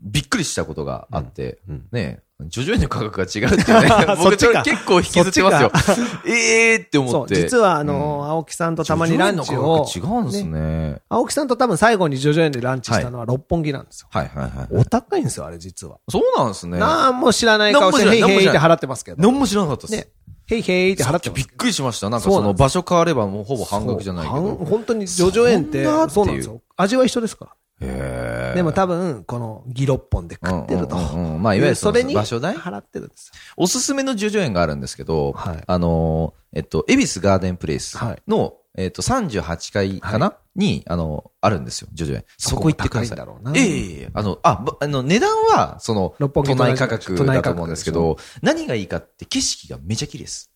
びっくりしたことがあって、うん。ね、徐々にの価格が違うっていうね 僕そっちか結構引きずってますよ。えーって そ思っう、て。実はあのー、うん青木さんとたまにランチを、徐々にの価格違うんですね。青木さんと多分最後に徐々にランチしたのは六本木なんですよ。はいはいはい。お高いんですよ、あれ実は。そうなんですね。なんも知らない顔して、なんもヘ知イらないヘイって払ってますけど。何も知らなかったです。ね。ヘイヘイって払ってまびっす。くりしました。なんかそうそなんのです場所変わればもうほぼ半額じゃないけそう半ど。本当に叙々苑ってそんなっていうそうなんですよ。味は一緒ですかへら。ーでも多分、この、ギロッポンで食ってると。うんうんうんうんまあいわゆるそのれに場所代払ってるんですよ。おすすめの叙々苑があるんですけど、はいあのー、えっと、恵比寿ガーデンプレイスはいの、えっと、38階かな、に、あの、あるんですよ、叙々苑。そこ行ってください。高んだろうな。ええええええあの、あ、ばあの、値段は、その、六本木都と同じ内価格都内だ価と格思うんですけど、何がいいかって景色がめちゃ綺麗です。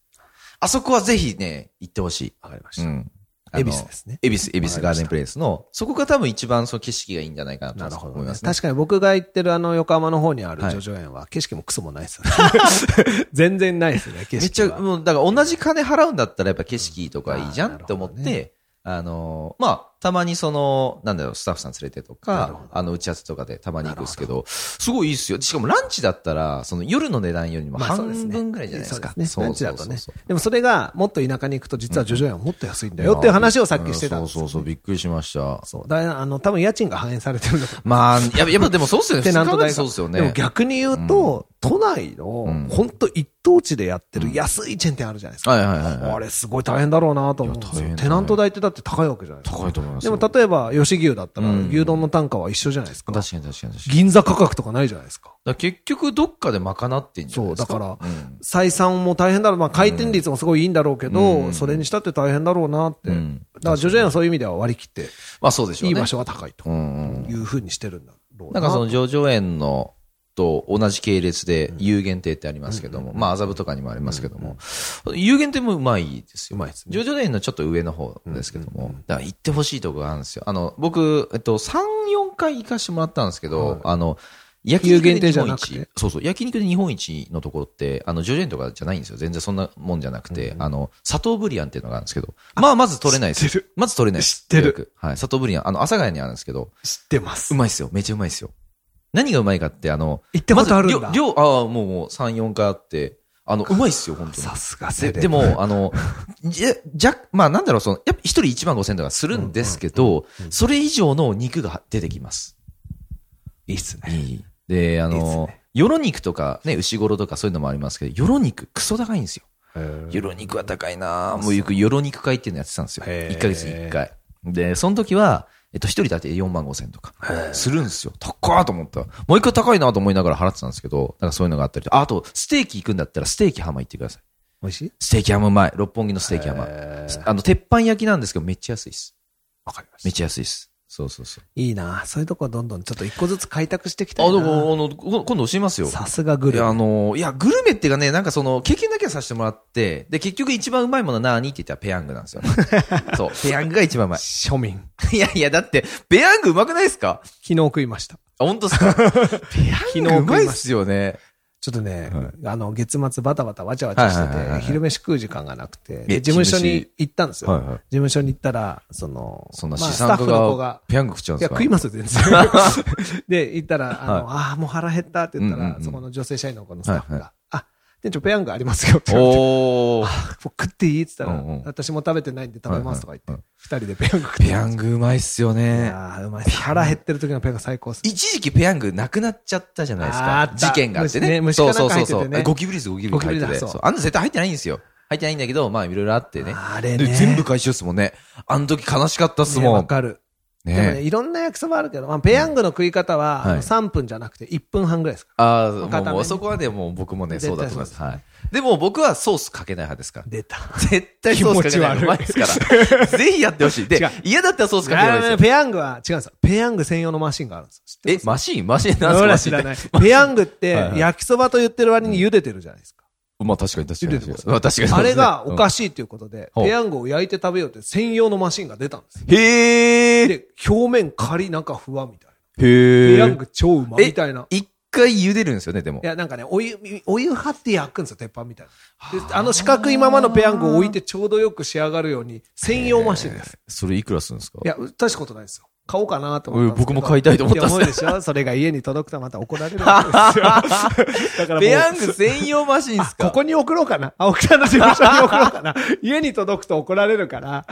あそこはぜひね、行ってほしわかりまい。しうた。ん。恵比寿ですね。エビス、エビスガーデンプレイスの、そこが多分一番その景色がいいんじゃないかななるとほ思いど、ねま。すね。確かに僕が行ってるあの横浜の方にあるはい叙々苑は景色もクソもないですよね。 全然ないですね、景めっ色ちは。ゃ、もう、だから同じ金払うんだったらやっぱ景色とかいいじゃうんんあーって思っなるほどて、あのー、まあ、たまにその、なんだろう、スタッフさん連れてとなるほかど、あの、打ち合わせとかでたまに行くんですけど、すごいいいっすよ。しかもランチだったら、その夜の値段よりもまあそう半ですね分ぐらいじゃないですか。そうですね。ランチだとそうねそうそう。でもそれがもっと田舎に行くと実は叙々苑はもっと安いんだよっていう話をさっきしてたんですそうそうそう、びっくりしました。そう。だからあの、多分家賃が反映されてるのかまあ、やっぱやっぱでもそうっすよね。テナント普通に考え代てがそうっすよでもね。逆に言うと、都内のん、本当一等地でやってる安いチェーン店あるじゃないですか。はいはいはいはいあれすごい大変だろうなと思うんですいや大よ。変だねテナント代ってだって高いわけじゃないですか。高いと思いますでよ。も例えば、吉牛だったら、うん牛丼の単価は一緒じゃないですか。確かに確かに確かに。銀座価格とかないじゃないですか。だから結局どっかで賄ってんじゃないですか。そうだからうん採算も大変だろう。まあ、回転率もすごいいいんだろうけど、うんそれにしたって大変だろうなって。うんだから、ジョジョはそういう意味では割り切って、まあそうでしょういね。い場所は高いとうんうん。いうふうにしてるんだろうなな。んかその上場園のと同じ系列で有限亭ってありますけども、まあ麻布とかにもありますけども、有限亭もうまいですよ。うまいですね上場園のちょっと上の方ですけども、だから行ってほしいとこがあるんですよ。あの、僕、えっと、3、4回行かしてもらったんですけど、あの、焼肉有限で亭日じゃ本なくて一。そうそう。焼肉で日本一のところって、あの、ジョジョ園とかじゃないんですよ。全然そんなもんじゃなくて、あの、砂糖ブリアンっていうのがあるんですけど、まあ、まず取れないです。知ってるまず取れないです。知ってる予約。はい。砂糖ブリアン。あの、阿佐ヶ谷にあるんですけど、知ってますう。まいっすよ。めちゃうまいっすよ。何がうまいかって、あの、行ったことあるんだまず量、量ああ、もうもう3、4回あって、あの、うまいっすよ、本当にさ。すがセでレでブ、も、あの、じゃ、じゃ、まあなんだろう、その、やっぱ一人1万5千とかするんですけど、それ以上の肉が出てきます。いいっすね。いい。で、あいいっすのね、よろ肉とかね、牛ごろとかそういうのもありますけど、よろ肉、クソ高いんですよ。よろ肉は高いなぁもうよくよろ肉会っていうのやってたんですよ。へー1ヶ月に1回。で、その時は、えっと、一人だけ4万5千とか、するんですよ。高っと思った。もう一回高いなと思いながら払ってたんですけど、なんかそういうのがあったりとああと、ステーキ行くんだったらステーキ浜行ってください。美味しいステーキ浜うまい。六本木のステーキ浜。あの、鉄板焼きなんですけど、めっちゃ安いです。わかりまめっしちゃ安いです。そうそうそう。た。いいなそういうとこはどんどんちょっと一個ずつ開拓してきたあ、いでなも、あの、こ今度教えますよ。さすがグいルや、あメ。の、いや、グルメっていうかね、なんかその、経験だけはさせてもらって、で、結局一番うまいものは何って言ったらペヤングなん ですよ、ね。そう、ペヤングが一番うまい。庶民。いやいや、だって、ペヤングうまくないですかあ、昨日食いました。本当です かペヤングうまいっすよね。ちょっとね、はあの、月末バタバタわちゃわちゃしてはいはいはいはて、い昼飯食う時間がなくて、えで事務所昼に飯行ったんですよ。はいはい事務所に行ったら、その、そんなまあ資スタッ産家フの子がが、、ペヤング食っちゃうんいでや、すか食いまますよ、全然。 で、行ったら、あの、はいああ、もう腹減ったって言ったら、うんうんうんそこの女性社員の子のスタッフが、はいはあ、店長ペヤングありますよって言われて、おー。あもう食っていいって言ったら、うんうん私も食べてないんで食べますとか言って、二、はい人でペヤング食って。ペヤングうまいっすよね。ああ、うまいっす。腹減ってる時のペヤング最高っす。一時期ペヤングなくなっちゃったじゃないですあかー。事件があってね。虫ねそうそうそう虫そかなんか入っててう。ねゴキブリです、ゴキブリ入ってゴキブて。リだそうそうあんな絶対入ってないんですよ。入ってないんだけど、まあいろいろあってね。あれでね。全部回収っすもんね。あの時悲しかったっすねもわん。かる。ねでもね、いろんな焼きそばあるけど、まあ、ペヤングの食い方は、はいあの3分じゃなくて1分半ぐらいですかああ、もう片面もうそこはね、もう僕もね、絶そ対うだと思います。そはい。でも僕はソースかけない派ですからら。。出た。絶対ソースかけない気派持うまいですから。ぜひやってほしい。違でう、嫌だったらソースかけないですよ。ペヤングは違うんですよ。ペヤング専用のマシンがあるんですよ。知ってえま、すマシンマシンなんすほからマシ知ンっらてない。 ペヤングってはいはい焼きそばと言ってる割に茹でてるじゃないですか。まあ確かに確か茹にでてます。まあ確かに。あれがおかししいということで、うんペヤングを焼いて食べようって専用のマシンが出たんですよ。い。へー。で、表面カリなんかふわみたいな。へペヤング超うまみたいな。一回茹でるんですよね、でもい。や、なんかね、お湯、お湯張って焼くんですよ、鉄板みたいな。で、あの四角いままのペヤングを置いてちょうどよく仕上がるように、専用マシンです。それいくらするんですかいや、大したことないですよ。買おうかなと思ったんですけど。うん僕も買いたいと思ったんです思うでしょそれが家に届くとまた怒られるわ けですよ。だからもうペヤング専用マシンですかここに送ろうかな。青木さんの事務所に送ろうかな。 家に届くと怒られるから。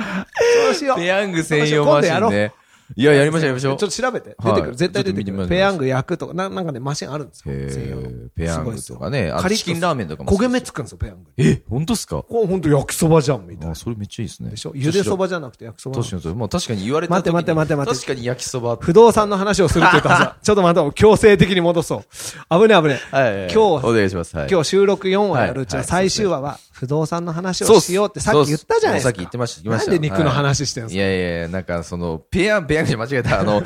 そうしよう。ペヤング専用マシ今度ンやろうね。いや、やりましょう、やりましょう。ちょっと調べて。はい出てくる。絶対出ちょっと見ててみくまる。すペヤング焼くとか、ななんかね、マシンあるんですよ。へ専用のーペヤングとかね。あカとリッとチキンラーメンとかも。焦げ目つくんですよ、ペヤングに。え、本当ですかこれほんと焼きそばじゃん、みたいあな。それめっちゃいいですね。でしょ茹でそばじゃなくて焼きそばなの確かにそう。まあ確かに言われた時に。待って待って待って待って確かに焼きそばって。不動産の話をするって言ったはず だちょっとまた強制的に戻そう。危ね危ね。はい。今日お願いします。はい。今日収録4話やるうちはのいはい最終話は不動産の話そうをっすしようってさっき言ったじゃないでそうっすもうさすか。っき言ってました言ってましたなんで肉の話してるんいですやいやいや、なんかその、ペヤン、ペヤングじゃ間違えた、あ の、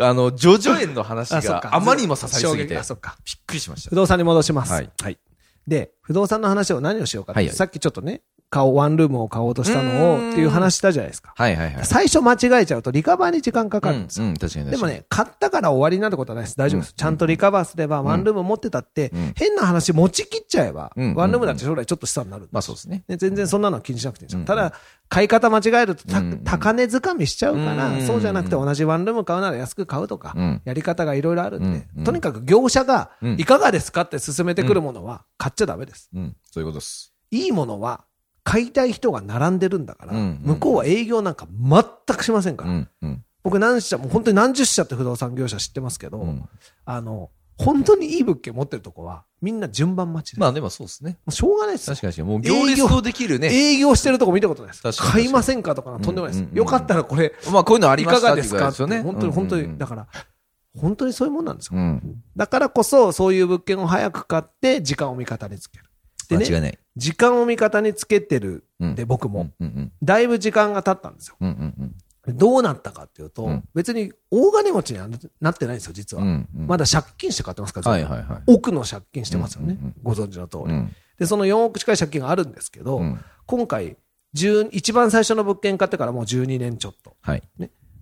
あの、ジョジョ園の話かそっがかあまりにも刺さりすぎ衝撃て、びっあ、そっか。くりしまし不た。動産に戻します。はい。はい。で、不動産の話を何をしようかって、はいはいさっきちょっとね、買おうワンルームを買おうとしたのをうーんっていう話したじゃないですか。はいはいはい。最初間違えちゃうとリカバーに時間かかうるんんですよ。うん、確かに。でも、ね、買ったから終わりになることはないです。大丈夫です。うんちゃんとリカバーすれば、ワンルーム持ってたって、うん変な話持ち切っちゃえば、うんワンルームだって将来ちょっと資産になるんですよまあそうですね。ね、全然そんなのは気にしなくていいんですよ。うんただ、買い方間違えるとた、うん高値掴みしちゃうから、うんそうじゃなくて同じワンルーム買うなら安く買うとか、うんやり方がいろいろあるんで、うんとにかく業者がうんいかがですかって勧めてくるものは買っちゃダメです。うん、そういうことです。いいものは買いたい人が並んでるんだから、うん向こうは営業なんか全くしませんうから。ん、うん。僕何社も本当に何十社って不動産業者知ってますけど、うんあの、本当にいい物件持ってるとこは、みんな順番待ちです。まもあでもそうですね。うしょうがないですよ確かに確かに。もう行列とできるね。営業してるとこ見たことないです。確かに確かに買いませんかとかなんかとんでもないです。うんうんうんよかったらこれ、まあこういうのありいましかたがってでいうすぐらいでかっすて、よね。本当に本当うんうんうに、んだから、本当にそういうもんなんですよ。うん。だからこそ、そういう物件を早く買って、時間を味方につける。で間違ね、いない。時間を味方につけてるんで、僕うん、うもん、、うん。だいぶ時間が経ったんですよ。うん、うん、どうなったかっていうとうん、別に大金持ちにはなってないんですよ、実うん。はう。んうんまだ借金して買ってますから、は全い部はいはい。奥の借金してますようねんうんうん。ご存知の通うり。ん。で、その4億近い借金があるんですけど、うん今回、10一番最初の物件買ってからもう12年ちょっと。はい。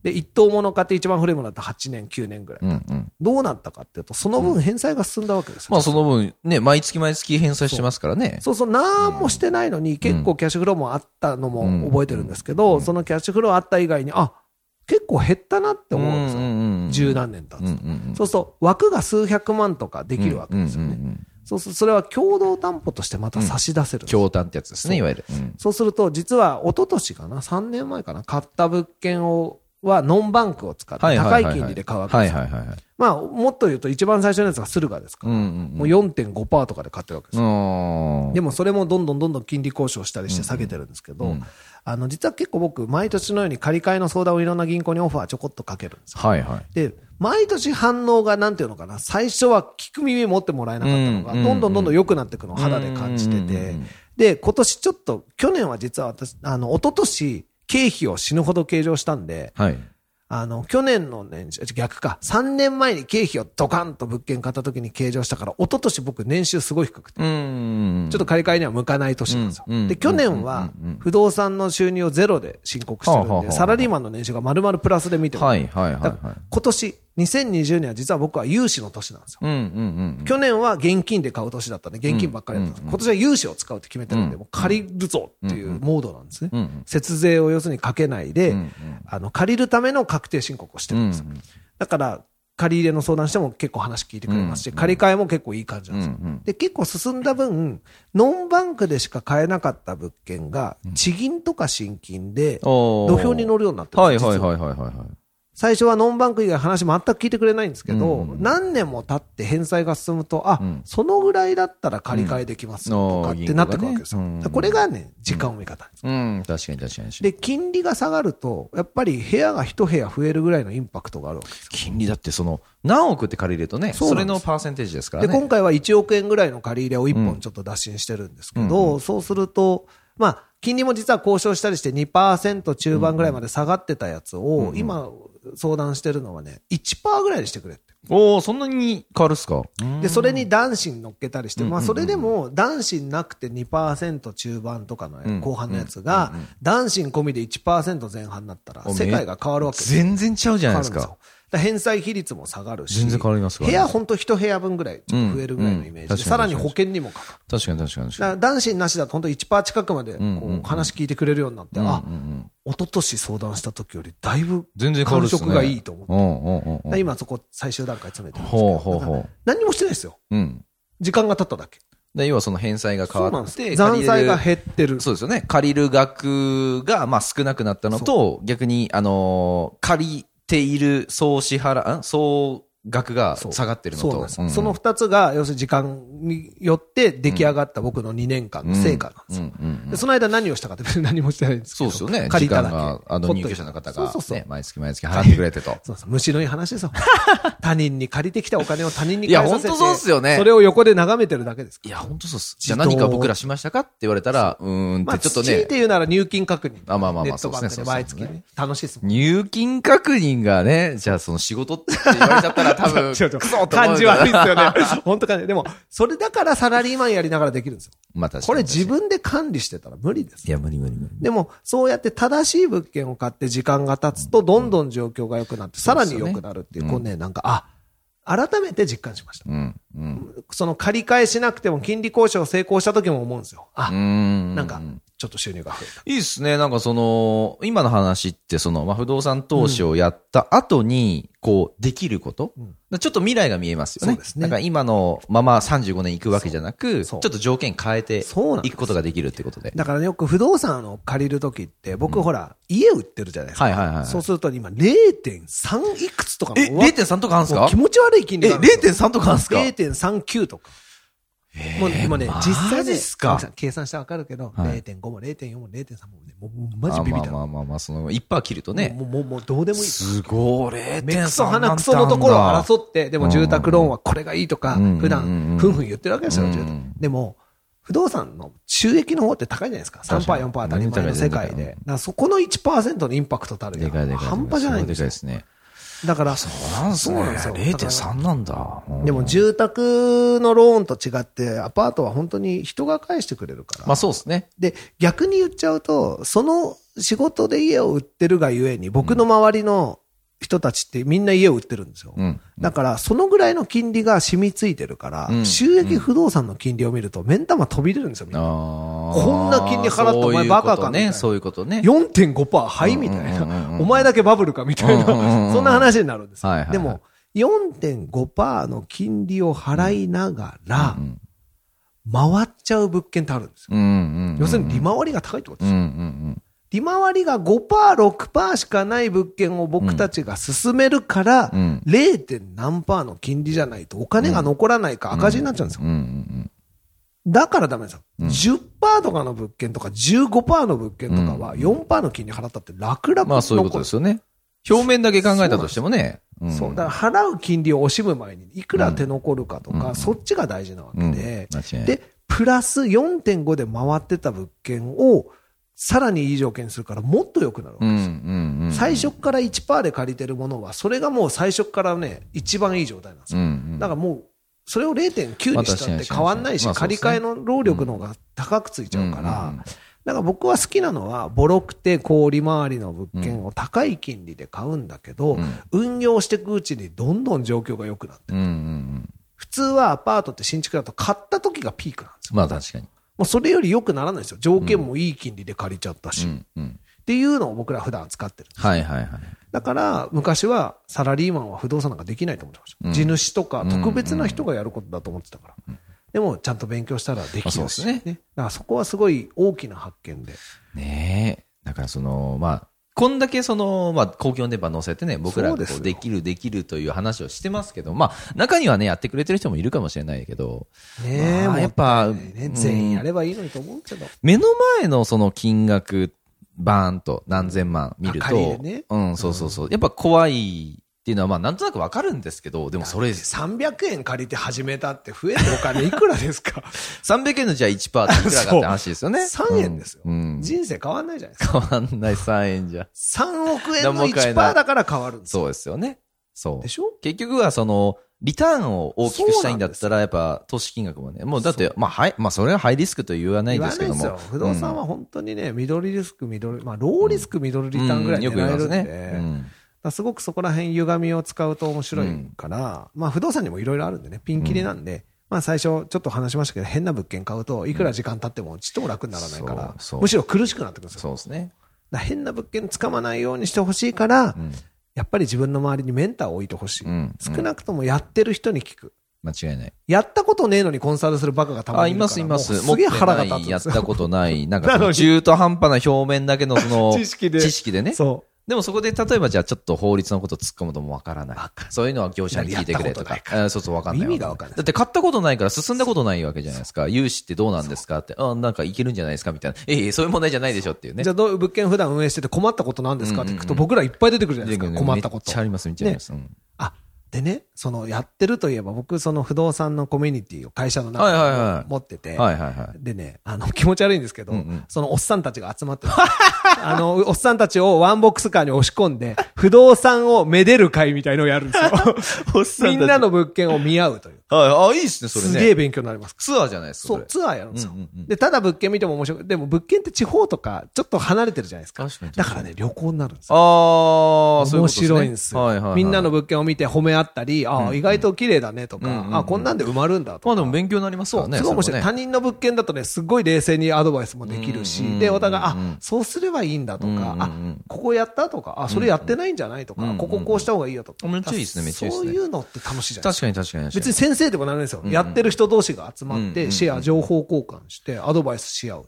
で、一等物買って一番古いものだったら8年、9年ぐらい。うん、うん。どうなったかっていうと、その分返済が進んだわけですよ。まあその分、ね、毎月毎月返済してますからね。そうそう、なんもしてないのに、結構キャッシュフローもあったのうんも覚えてるんですけど、そのキャッシュフローあった以外に、あ、結構減ったなって思うんですよ。十何年経うんうんつと。うんそうすると、枠が数百万とかできるわけですようんうんうんうね。んそうすると、それは共同担保としてまた差し出せるんですよ。共担ってやつですね、いわゆる。うんそうすると、実は一昨年かな、3年前かな、買った物件を、はノンバンクを使ってはいは高いいはいはい金利で買うわけはでいすよはいはいはい。まあ、もっと言うと一番最初のやつが駿河ですかうんら、うんうんもう4.5%とかで買ってるわけですよ。うんでもそれもどんどんどんどん金利交渉したりして下げてるんですけど、あの、実は結構僕、毎年のように借り換えの相談をいろんな銀行にオファーちょこっとかけるんですよ。はいはい。で、毎年反応がなんていうのかな、最初は聞く耳持ってもらえなかったのが、うんどんどんどんどん良くなっていくのを肌で感じてうてん、で、今年ちょっと、去年は実は私、あの、一昨年経費を死ぬほど計上したんで、はい。あの、去年の年収、逆か、3年前に経費をドカンと物件買った時に計上したから、一昨年僕年収すごい低くて、うん。ちょっと借り換えには向かない年なんですようんうん。で、去年は不動産の収入をゼロで申告してるはあはあんはで、あサラリーマンの年収が丸々プラスで見てる。はいはいはいだはからい。今年、2020年は実は僕は融資の年なんですよ。うんうん去年は現金で買う年だったんで、現金ばっかりだったんです。今年は融資を使うって決めてるんで、もう借りるぞっていうモードなんですねうん。う。ん節税を要するにかけないで、うんうんあの、借りるための確定申告をしてうるんんですよ。だから、借り入れの相談しても結構話聞いてくれますし、借り換えも結構いい感じなんですよ。うんうんで、結構進んだ分、ノンバンクでしか買えなかった物件が、地銀とか新金で、おー土俵に乗るようになってるはんいですはい実ははいはいはいはい。最初はノンバンク以外話全く聞いてくれないんですけど、うん何年も経って返済が進むと、あ、うんそのぐらいだったら借り換えできますとかうっんてなってくるわけですよ。銀行がねうんこれがね、時間を味方なんです。うん、確かに確かに。で、金利が下がると、やっぱり部屋が一部屋増えるぐらいのインパクトがあるわけです。金利だってその、何億って借りるとね、そうそなんでれすのパーセンテージですからで、ね。今回は1億円ぐらいの借り入れを1うん本ちょっと打診してるんですけうんど、そうすると、まあ、金利も実は交渉したりして2%中盤ぐらいまで下がってたやつうんうをん、今相談してるのはね、1%ぐらいにしてくれって。おおそんなに変わるっすかで、それに男子に乗っけたりして、うんまあ、うんそれでも男子なくて2%中盤とかのん後半のやつが、男子込みで1%前半になったら、お世界が変わるわけです全然ちゃうじゃ変ないわでるすんですよか。だから返済比率も下がるし、全然変わりますよ部屋、本当、一部屋分ぐらい、ちょっと増えるぐらいのイメージうんうん確で、かにさらに保険にもかかる。確かに確かに確だかから男子なしだと、本当、1%近くまでこんうんうんう話聞いてくれるようになって、に。あうんうんうん一昨年相談した時よりだいぶ全然変わるっ感すね。触がいいと思って、うんうんうんだうからん。今、そこ、最終段階詰めてるんですけほうど、ほうだかほらう。何もしてないですよ、うん。時間が経っただけ。で、要はその返済が変わって、そうなんです残債が借りる減ってる。そうですよね。借りる額が、まあ少なくなったのと、逆に、あのー借りている総支払、ん総額がそう下がってるのそうなんとです。。その二つが、要するに時間によって出来上がった僕の2年間の成果なんですよ。うんうんうんでその間何をしたかって 別に何もしてないんですけそうど。ですよね。時借り間ただけ。が、あの、ほっとい入て居者の方が、そうそうそうね、。毎月毎月払ってくれてと。そうそう虫のいい話 ですよ。他人に借りてきたお金を他人にいや返させて本当そうっすよねそれを横で眺めてるだけですかいら。や、本当そうっす。じゃあ自動何か僕らしましたかって言われたら、うーんまっあ、てちちょょっっととね、ね。強いて言うなら入金確認。あまあまあまあネットバンクで毎月そうですねね。楽しいですもん。入金確認がね、じゃあその仕事って言われちゃ ったら多分、ちょっとクソって思う感よじ悪いですよね。 本当かね。でも、それだからサラリーマンやりながらできるんですよ。 まあ確かにこれ自。分で管理してたら無理ですい。や、無理無理無理。でも、そうやって正しい物件を買って時間が経つと、どんどん状況が良くなって、さらに良くなるっていう、うんこうね、なんか、あ、改めて実感しました。うん、うん。その借り換えしなくても金利交渉成功した時も思うんですよ。うあー、ん。なんか、ちょっと収入が増えた。いいっすね。なんかその、今の話って、その、まあ、不動産投資をやった後に、こう、できること、ちょっと未来が見えますよね。そうですねだから今のまま35年行くわけじゃなく、ちょそっうと条件変えてそうなんでいすくことができるってことで。だからねよく不動産を借りる時って、僕ほら、家売ってるじゃないですか。はいはいはい。そうすると今0.3いくつとかえ、もうわ0.3とかあるんすもかう気持ち悪い金利え、なんですよ0.3とかあるんすか0.39とか。もう今ね、実際マジねっすか青木さん計算したらわかるけど、はい0.5も0.4も0.3もね、もうもうマジビビった。あまあまあまあまあ、その、一パー切るとね。もう、もう、もうどうでもいい。すごい、0.3目くそ鼻くそのところをう。争って、でも住宅ローンはこれがいいとか、うんうんうん普段、ふんふん言ってるわけですよ、うん住宅。でも、不動産の収益の方って高いじゃないですか。3%、確かに4%当たり前の世界うんで。だからそこの1%のインパクトたるやでかいでかい。半端じゃないんでですかいよで。すね。だから、そうなんすね。そうなんですよ0.3なんだ。うんでも住宅のローンと違って、アパートは本当に人が返してくれるから。まあそうですね。で、逆に言っちゃうと、その仕事で家を売ってるがゆえに、僕の周りの人たちってみんな家を売ってるんですよ。うん。だから、そのぐらいの金利が染みついてるから、うん収益不動産の金利を見ると、目ん玉飛び出るんですよ、みんな。あーこんな金利払ってお前バカかみたいなそういうことね。そういうこ4.5%はいみたいうんうんうんうんな。お前だけバブルかみたいなうんうんうん。そんな話になるんですはいはいよはいでも、4.5%の金利を払いながら、回っちゃう物件ってあるんですよ。とね。うんうんうん。要するに利回りが高いってことですうんうんうん。利回りが5%、6%しかない物件を僕たちが進めるから、うん 0. 何パーの金利じゃないとお金が残らないか赤字になっちゃうんですよ。うんうんだからダメなんですよ。10%とかの物件とか15%の物件とかは4%の金利払ったって楽う々ん。まあそういうことですよね。表面だけ考えたとしてもね。うん残るそう。だから払う金利を惜しむ前にいくら手残るかとか、そっちが大事なわけうんで、間違いないで、プラス4.5で回ってた物件をさらにいい条件にするからもっと良くなるわけうんうんうん。最初から1%で借りてるものは、それがもう最初からね、一番いい状態なんですうんよ。うん。だからもう、それを0.9にしたって変わんないしまあ、確かに借り換えの労力の方が高くついちゃうかうんうんうんら、だから僕は好きなのは、ボロくて小利回りの物件を高い金利で買うんだけど、運用していくうちにどんどん状況が良くなっうて、んうんうん。普通はアパートって新築だと買った時がピークなんですよ。まあ確かに。もうそれより良くならないんですよ。条件もいい金利で借りちゃったし、うっんうん。ていうのを僕ら普段使ってる。はいはいはい。だから、昔はサラリーマンは不動産なんかできないと思ってました。ん地主とか特別な人がやることだと思ってたから。でも、ちゃんと勉強したらでまあきるそし、うですねだからそこはすごい大きな発見で。ねえ。だからその、まあ、こんだけその、まあ、公共の電波乗せてね、僕らそうがですこようできるできるという話をしてますけど、まあ、中にはね、やってくれてる人もいるかもしれないけど、ねえ、まあもうやっぱねうん全員やればいいのにと思うけど。目の前のその金額、バーンと何千万見るあ借りと、るねうん、そうそうそう。やっぱ怖いっていうのは、まあ、なんとなくわかるんですけど、でもそれ、 300円借りて始めたって増えるお金いくらですか300円のじゃあ1%パーっていくらかって話ですよね。 そう3円ですようんうん人生変わんないじゃないですか。変わんない3円じゃ。 3億円何もの買え1%ないだから変わるんですよそうですよね。そうで。しょ結局はその、リターンを大きくしたいんだったら、やっぱ投資金額もね、もうだって、まあ、はい、まあ、それはハイリスクと言わない言でわすなけいどでも。すよ。不動産は本当にね、ミドルリスク、ミドル、まあ、ローリスク、ミドルリターンぐらいうん狙よく言いえまるすんで、ね。だからすごくそこら辺歪みを使うと面白いから、まあ、不動産にもいろいろあるんでね、ピンキリなんで、まあ、最初ちょっと話しましたけど、変な物件買うといくら時間経ってもちっとも楽にならないからそう、そうむしろ苦しくなってくるんですよ。そうですね。だから変な物件掴まないようにしてほしいから、うん。やっぱり自分の周りにメンターを置いてほしい、うん少なくともやってる人に聞く。間違いない。やったことねえのにコンサルするバカがたまあ、にいるからますいます。もうすげえ腹が立つ持ってんないやでっすよたことない。なんか なのに中途半端な表面だけのその 知識で知識でね。 そう。でもそこで例えばじゃあちょっと法律のこと突っ込むともわからないわかんな。そういうのは業者に聞いてくれとかやったことない。かあそうそうわかんない。意味がわかんないだって買ったことないから進んだことないわけじゃないですか。融資ってどうなんですかって。あなんかいけるんじゃないですかみたいな。ええそういう問題じゃないでしょっていうね。じゃゃあどういう物件普段運営してて困ったことなんですかって聞くと僕らいっぱい出てくるじゃないですか。困ったこめっとちゃ。あります、めっちゃあります。うんあ、でね、そのやってるといえば僕その不動産のコミュニティを会社のはいはいは中いに持ってて、はいはいはい。でね、あの、 気持ち悪いんですけど、うんうんそのおっさんたちが集まって るあの、おっさんたちをワンボックスカーに押し込んで、不動産をめでる会みたいのをやるんです おっさんよ。たちみんなの物件を見合うという。はい、あ、いいっすね、それね。すげえ勉強になります。ツアーじゃないですか。それう、ツアーやるんですよ、うんうんうんで、ただ物件見ても面白い。でも物件って地方とか、ちょっと離れてるじゃないですか。確かにだからね、旅行になるんですよ。ああ、そういうこと面ですね白いんですよ、はいはいはい。みんなの物件を見て褒め合ったり、ああ、意外と綺麗だねとか、うんうんうんああ、こんなんで埋まるんだとか。まあでも勉強になりますからね。すごいそ面白れい。は他ね人の物件だとね、すごい冷静にアドバイスもできるし、うんで、お互い、うんあ、そうすればいいんだとうんか、うんうんあ、ここやったとか、あ、それやってないんじゃないとか、うんこここうした方がいいよとか。うんめっちゃいいですねめっちゃいいですねそういうのって楽しいじゃないで確すか。かに確かに確かに。別に先生でもなるんですよ。やってる人同士が集まっうんうんて、シェア、情報交換して、アドバイスし合う。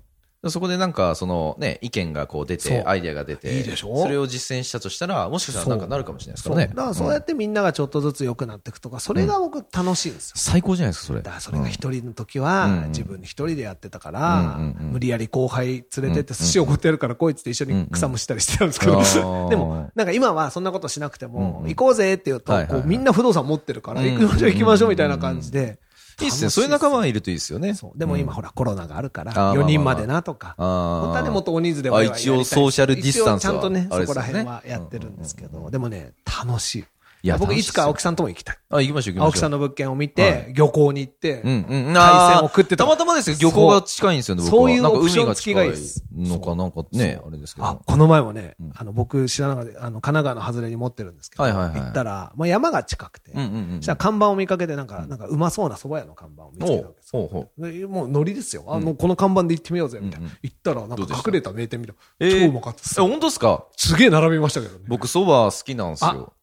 そこでなんか、そのね、意見がこう出そうて、アイデアが出て、いいでしょそれを実践したとしたら、もしかしたらなんかなるかもしれないですからねそう。だからそうやってみんながちょっとずつ良くなっていくとか、それが僕楽しいんですよ。最高じゃないですか、それ。だからそれうがん一人の時うんうはん自分一人でやってたから、うんうんうん無理やり後輩連れてって寿司を持ってやるからこいつと一緒に草むしったりしてたんですけど、うん うんでもなんか今はそんなことしなくても、うんうん行こうぜって言うと、はいはいはいこうみんな不動産持ってるからうん行きましょう行きましょうみたいな感じで。いいっすね。そういう仲間がいいるといいですよね。そう。でも今ほらコロナがあるからあー4人までなとか、まあまあまああー本当はねもっと大人数でワイワイやりたいあ一応ソーシャルディスタンスは一応ちゃんとね、あれそですよこねら辺はやってるんですけど、でもね、楽しい。いや僕楽しいいっすつよか青木さんとも行きたい。あ、行きましょう、行きましょう。青木さんの物件を見て、は漁港に行って、うんうん。海鮮を食ってたたまたまですよ。漁港が近いんですよね、そう僕はそういうなんかオプション海が付きが近いいいですのか、なんかね、あれですけど。あ、この前もね、あの、僕知らなかった、あの、神奈川の外れに持ってるんですけど、はいはいはい行ったら、まあ山が近くて、うんうんうんそしたら看板を見かけて、なんか、なんかうまそうな蕎麦屋の看板を見つけたわけですほうほうほよ。でもうノリですよ。あの、この看板で行ってみようぜ、みたいな。行ったら、なんどうでかした隠れた名店みたいえな。ー超うまかったですえ、。本当ですかすげえ並びましたけどね。僕、そば好きなんですあよ。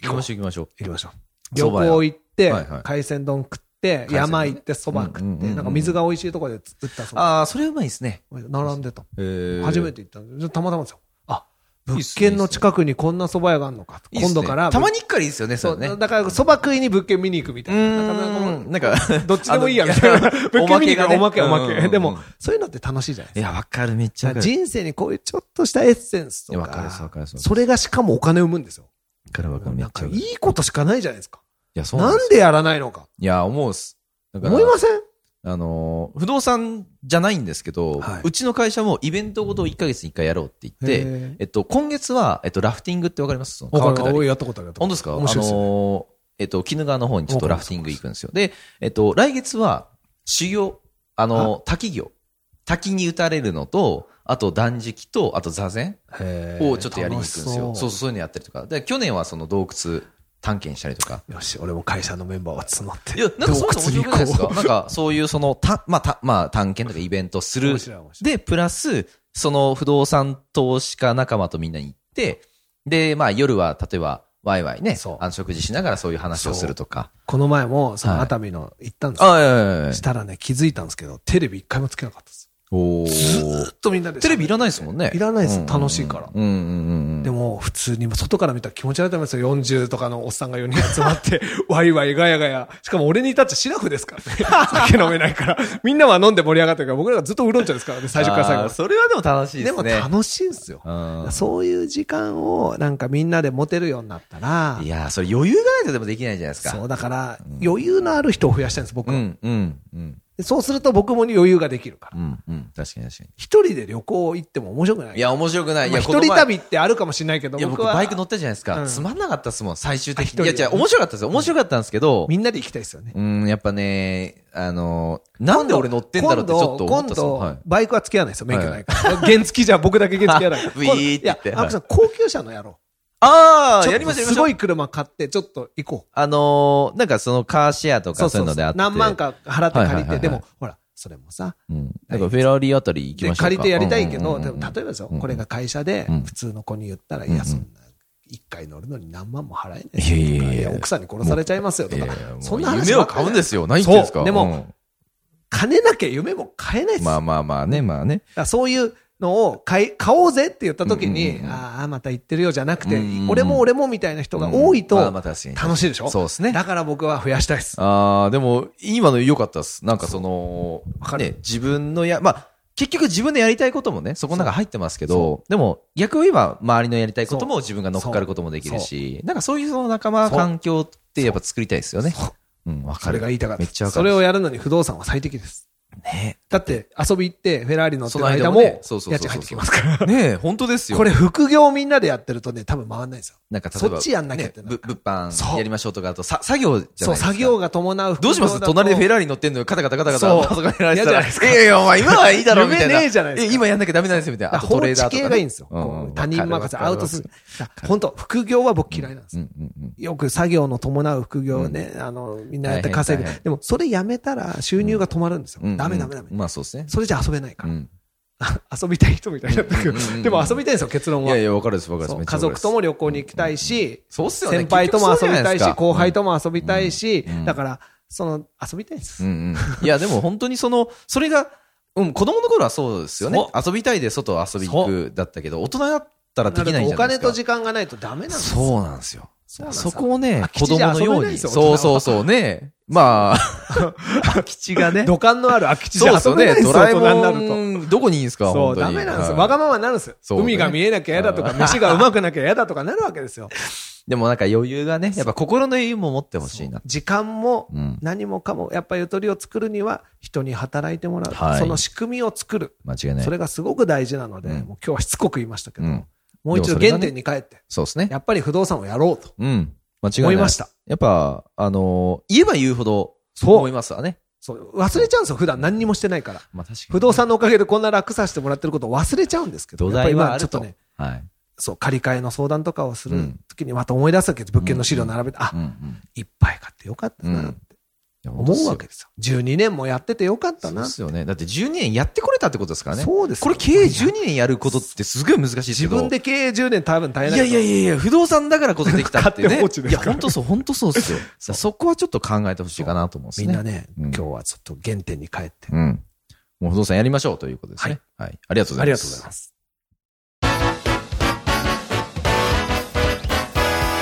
行きましょう、行きましょう。行きましょう。蕎漁麦屋港行ってはいはい、海鮮丼食って、鮮丼山行って蕎麦食うんうんっうんうんて、なんか水が美味しいところで作った蕎麦。ああ、それうまいですね。並んでた。えー初めて行ったんで、たまたまですよ。あ、いいっ物すね件の近くにこんな蕎麦屋があるのかと。いいっすね今度から。たまに行くからいいですよね、そ、そううね。だから蕎麦食いに物件見に行くみたいな。なかなかもうなんか、どっちでもいいやみたいな。 物件見に行くからおまけおまけ。でも、そういうのって楽しいじゃない いですや、か。わかる、めっちゃわだかからる。人生にこういうちょっとしたエッセンスいとやか。わかるわかるそうそれがしかもお金生むんですよ。わかるわかる、めっなんちゃかわいかる。いいことしかないじゃないですか。や、そうななんんですでやらないのか。いや、思うっす。だから思いませんあのー、不動産じゃないんですけどはい、うちの会社もイベントごと1ヶ月に1回やろうってへ言ってー、えっと、今月は、えっと、ラフティングってわかりますそのわ川か下るり俺やったことあるやったこ本と当ある。ですか面白いですあよねのーえっと、鬼怒川の方にちょっとラフティング行くんですよ。で、えっと、来月は、修行、あのー、滝行。滝に打たれるのと、あと断食と、あと座禅へーをちょっとやりに行くんですよ。楽しそそうそう、そういうのやったりとか。で、去年はその洞窟探検したりとか。よし、俺も会社のメンバーは募って。いや、なんかそう洞窟いうの面白くに行ないですこかなんか、そういうその、た、まあ、た、まあ、探検とかイベントする面白い面。白で、プラス、その不動産投資家仲間とみんなに行って、で、まあ、夜は、例えば、ワイワイねそう、あの食事しながらそういう話をするとか。この前も、そはいの熱海の行ったんですよあ、いやいやいやしたらね、気づいたんですけど、テレビ一回もつけなかったです。おーずーっとみんなで。テレビいらないですもんね。いらないですうん楽しいからうんうんうんうん。でも、普通に、外から見たら気持ち悪いと思いますよ。40とかのおっさんが4人集 まって、ワイワイガヤガヤ。しかも俺に至っちゃシラフですからね。酒飲めないから。みんなは飲んで盛り上がってるから、僕らがずっとウーロン茶ですからね、最初から最後あーまそれはでも楽しいで。でですもね。楽しいんですよ。うんそういう時間を、なんかみんなで持てるようになったらい、やーそれ余裕がないとでもできないじゃないですか。そう、だから、余裕のある人を増やしたいんです、僕うは。ん、うん、うん、でそうすると僕も余裕ができるからう。ん、うん。確かに確か一人で旅行行っても面白くない。に。いや、面白くない。いまあや、一この前人旅ってあるかもしれないけど、いや、僕僕は、バイク乗ったじゃないですか。うんつまんなかったっすもん、最終あ的一人に。いでや、違う、面白かったですよ。面白かったんですけど、みんなで行きたいですよね。うん、やっぱね、あの、なんで俺乗ってんだろうってちょっと思った今っすも度、ん。はい今度バイクは付き合わないですよ、免許ないから。 原付きじゃ僕だけ原付き合わない 。ウィーって言って今度いや、アクさん、高級車のやろあう。あ、やりましょう、やりますしょごう。い車買って、ちょっと行こう。あのー、なんかそのカーシェアとかそういうのであって。何万。か払っはいて借りはいはいはて、いでも、ほら、それもさ、うん。なんかフェラーリあたり行きでましょうか。借りてやりたいけうど、んうんでうんも例えばですようんうんこれが会社でうん、普通の子に言ったら、いや、そんな、一回乗るのに何万も払えないいやいやいやいや奥さんに殺されちゃいますよといやかいや、もうそんな話夢ばをっか買りうだんですよ。何言ってんですそかうでも、金なきゃ夢も買えないでうんす。まあだかまあまあね、まあね。らそういうのを買い買おうぜって言った時うんにうんう、んうんああ、また言ってるよじゃなくてうんうんう、ん俺も俺もみたいな人が多いとうんまあまあ確かに楽しいでしょそうですねだから僕は増やしたいです。ああ、でも、今の良かったです。なんかそのわか、るね、自分のや、まあ、結局自分でやりたいこともね、そこの中入ってますけど、でも、逆を言えば、周りのやりたいことも自分が乗っかることもできるし、なんかそういうその仲間、そう環境ってやっぱ作りたいですよね。うん、わかそる。れが言いたかっめっちゃた。わかそる。れをやるのに不動産は最適です。ね。だって遊び行ってフェラーリ乗ってる間その間もねも、そう家そうそうそう賃入ってきますから。ねえ、本当ですよ。これ副業みんなでやってるとね、多分回んないですよ。なんか例えば、そっちやんなきゃってねなぶ物そう販やりましょうとか、あと、さ作業じゃないですそか。う、作業が伴う副業どうします隣でフェララーリ乗ってんのよ、カタカタカタカタ、そうパソコンやられてた嫌じゃないら、ですかいやいや、お前今はいいだろ、み夢たいな。ねえじゃないですかや今やんなきゃダメなんですよ、みたいな。あと放トレーダー置とかね。系がいいんですよ。うこうう他人任せ、アウトす。わかる。本当副業は僕嫌いなんでするわ。かるうんうんうんよく作業の伴う副業ね、あの、みんなやって稼大ぐ変大。変でも、それやめたら収入が止まるんですようんう。んダメダメダメ。まあそうですね。それじゃ遊べないかうら。ん遊びたい人みたいになってくるうんうんうんでも遊びたいんですよ、結論いはや。いや、わかるです、わかるでそすうめっちゃ家わかるで族す。とも旅行に行きたいし、そうっすよね先輩とも遊結局びたいそうじゃないですし、か後輩とも遊びたいしうんうん、だから、その、遊びたいんですうん。うんいや、でも本当にその、それが、うん、子供の頃はそうですよね。遊びたいで外遊び行くだったけど、大人だったらできないじゃおないで金すか。と時間がないとダメなんですよそうなんですよ。そうなんですよそこをね空、き子地供じゃのよ遊べうないでに。すよそうそうそうね。 まあ、空き地がね。土管のある空き地じそゃうです遊よべないね。ですよ、ドラえ大人になると。もん、どこにいいんですかそ本う、当ダにメなんですよ。はいわがままになるんですよ。そうね海が見えなきゃ嫌だとか、飯がうまくなきゃ嫌だとかなるわけですよ。でもなんか余裕がね、やっぱ心の余裕も持ってほしいな。時間もうん何もかも、やっぱゆとりを作るには人に働いてもらう。はいその仕組みを作る。間違いない。それがすごく大事なので、うんもう今日はしつこく言いましたけど、うんもう一で度もそれが原ね点に帰って、そうですね。やっぱり不動産をやろうとうん。間違いない。思いました。やっぱ、あのー言えば言うほど、そう思いますわね。そう忘れちゃうんですよ、普段何にもしてないから。まあ確かに。不動産のおかげでこんな楽させてもらってることを忘れちゃうんですけど、土やっぱ台りは今あちょるっとと。ね、はい。そう、借り換えの相談とかをすうるんときにまた思い出すわけです。物件の資料並べて、あうん、うん。いっぱい買ってよかったなって思うわけですよ。12年もやっててよかっそたうな。ですよね。だって12年やってこれたってことですからね。そうですよこれ経営12年やることってすごい難しいですけ自ど。分で経営10年多分大変いだやけど。いやいやいや、不動産だからこそできたって勝手ね。放置でいすや、から本当そう、本当そうですよ。そこはちょっと考えてほしいかなと思うんですみね。んなね、うん今日はちょっと原点に帰って。うん。もう不動産やりましょうということですね。はい。ありがとうごあざいまりがす。とうございます。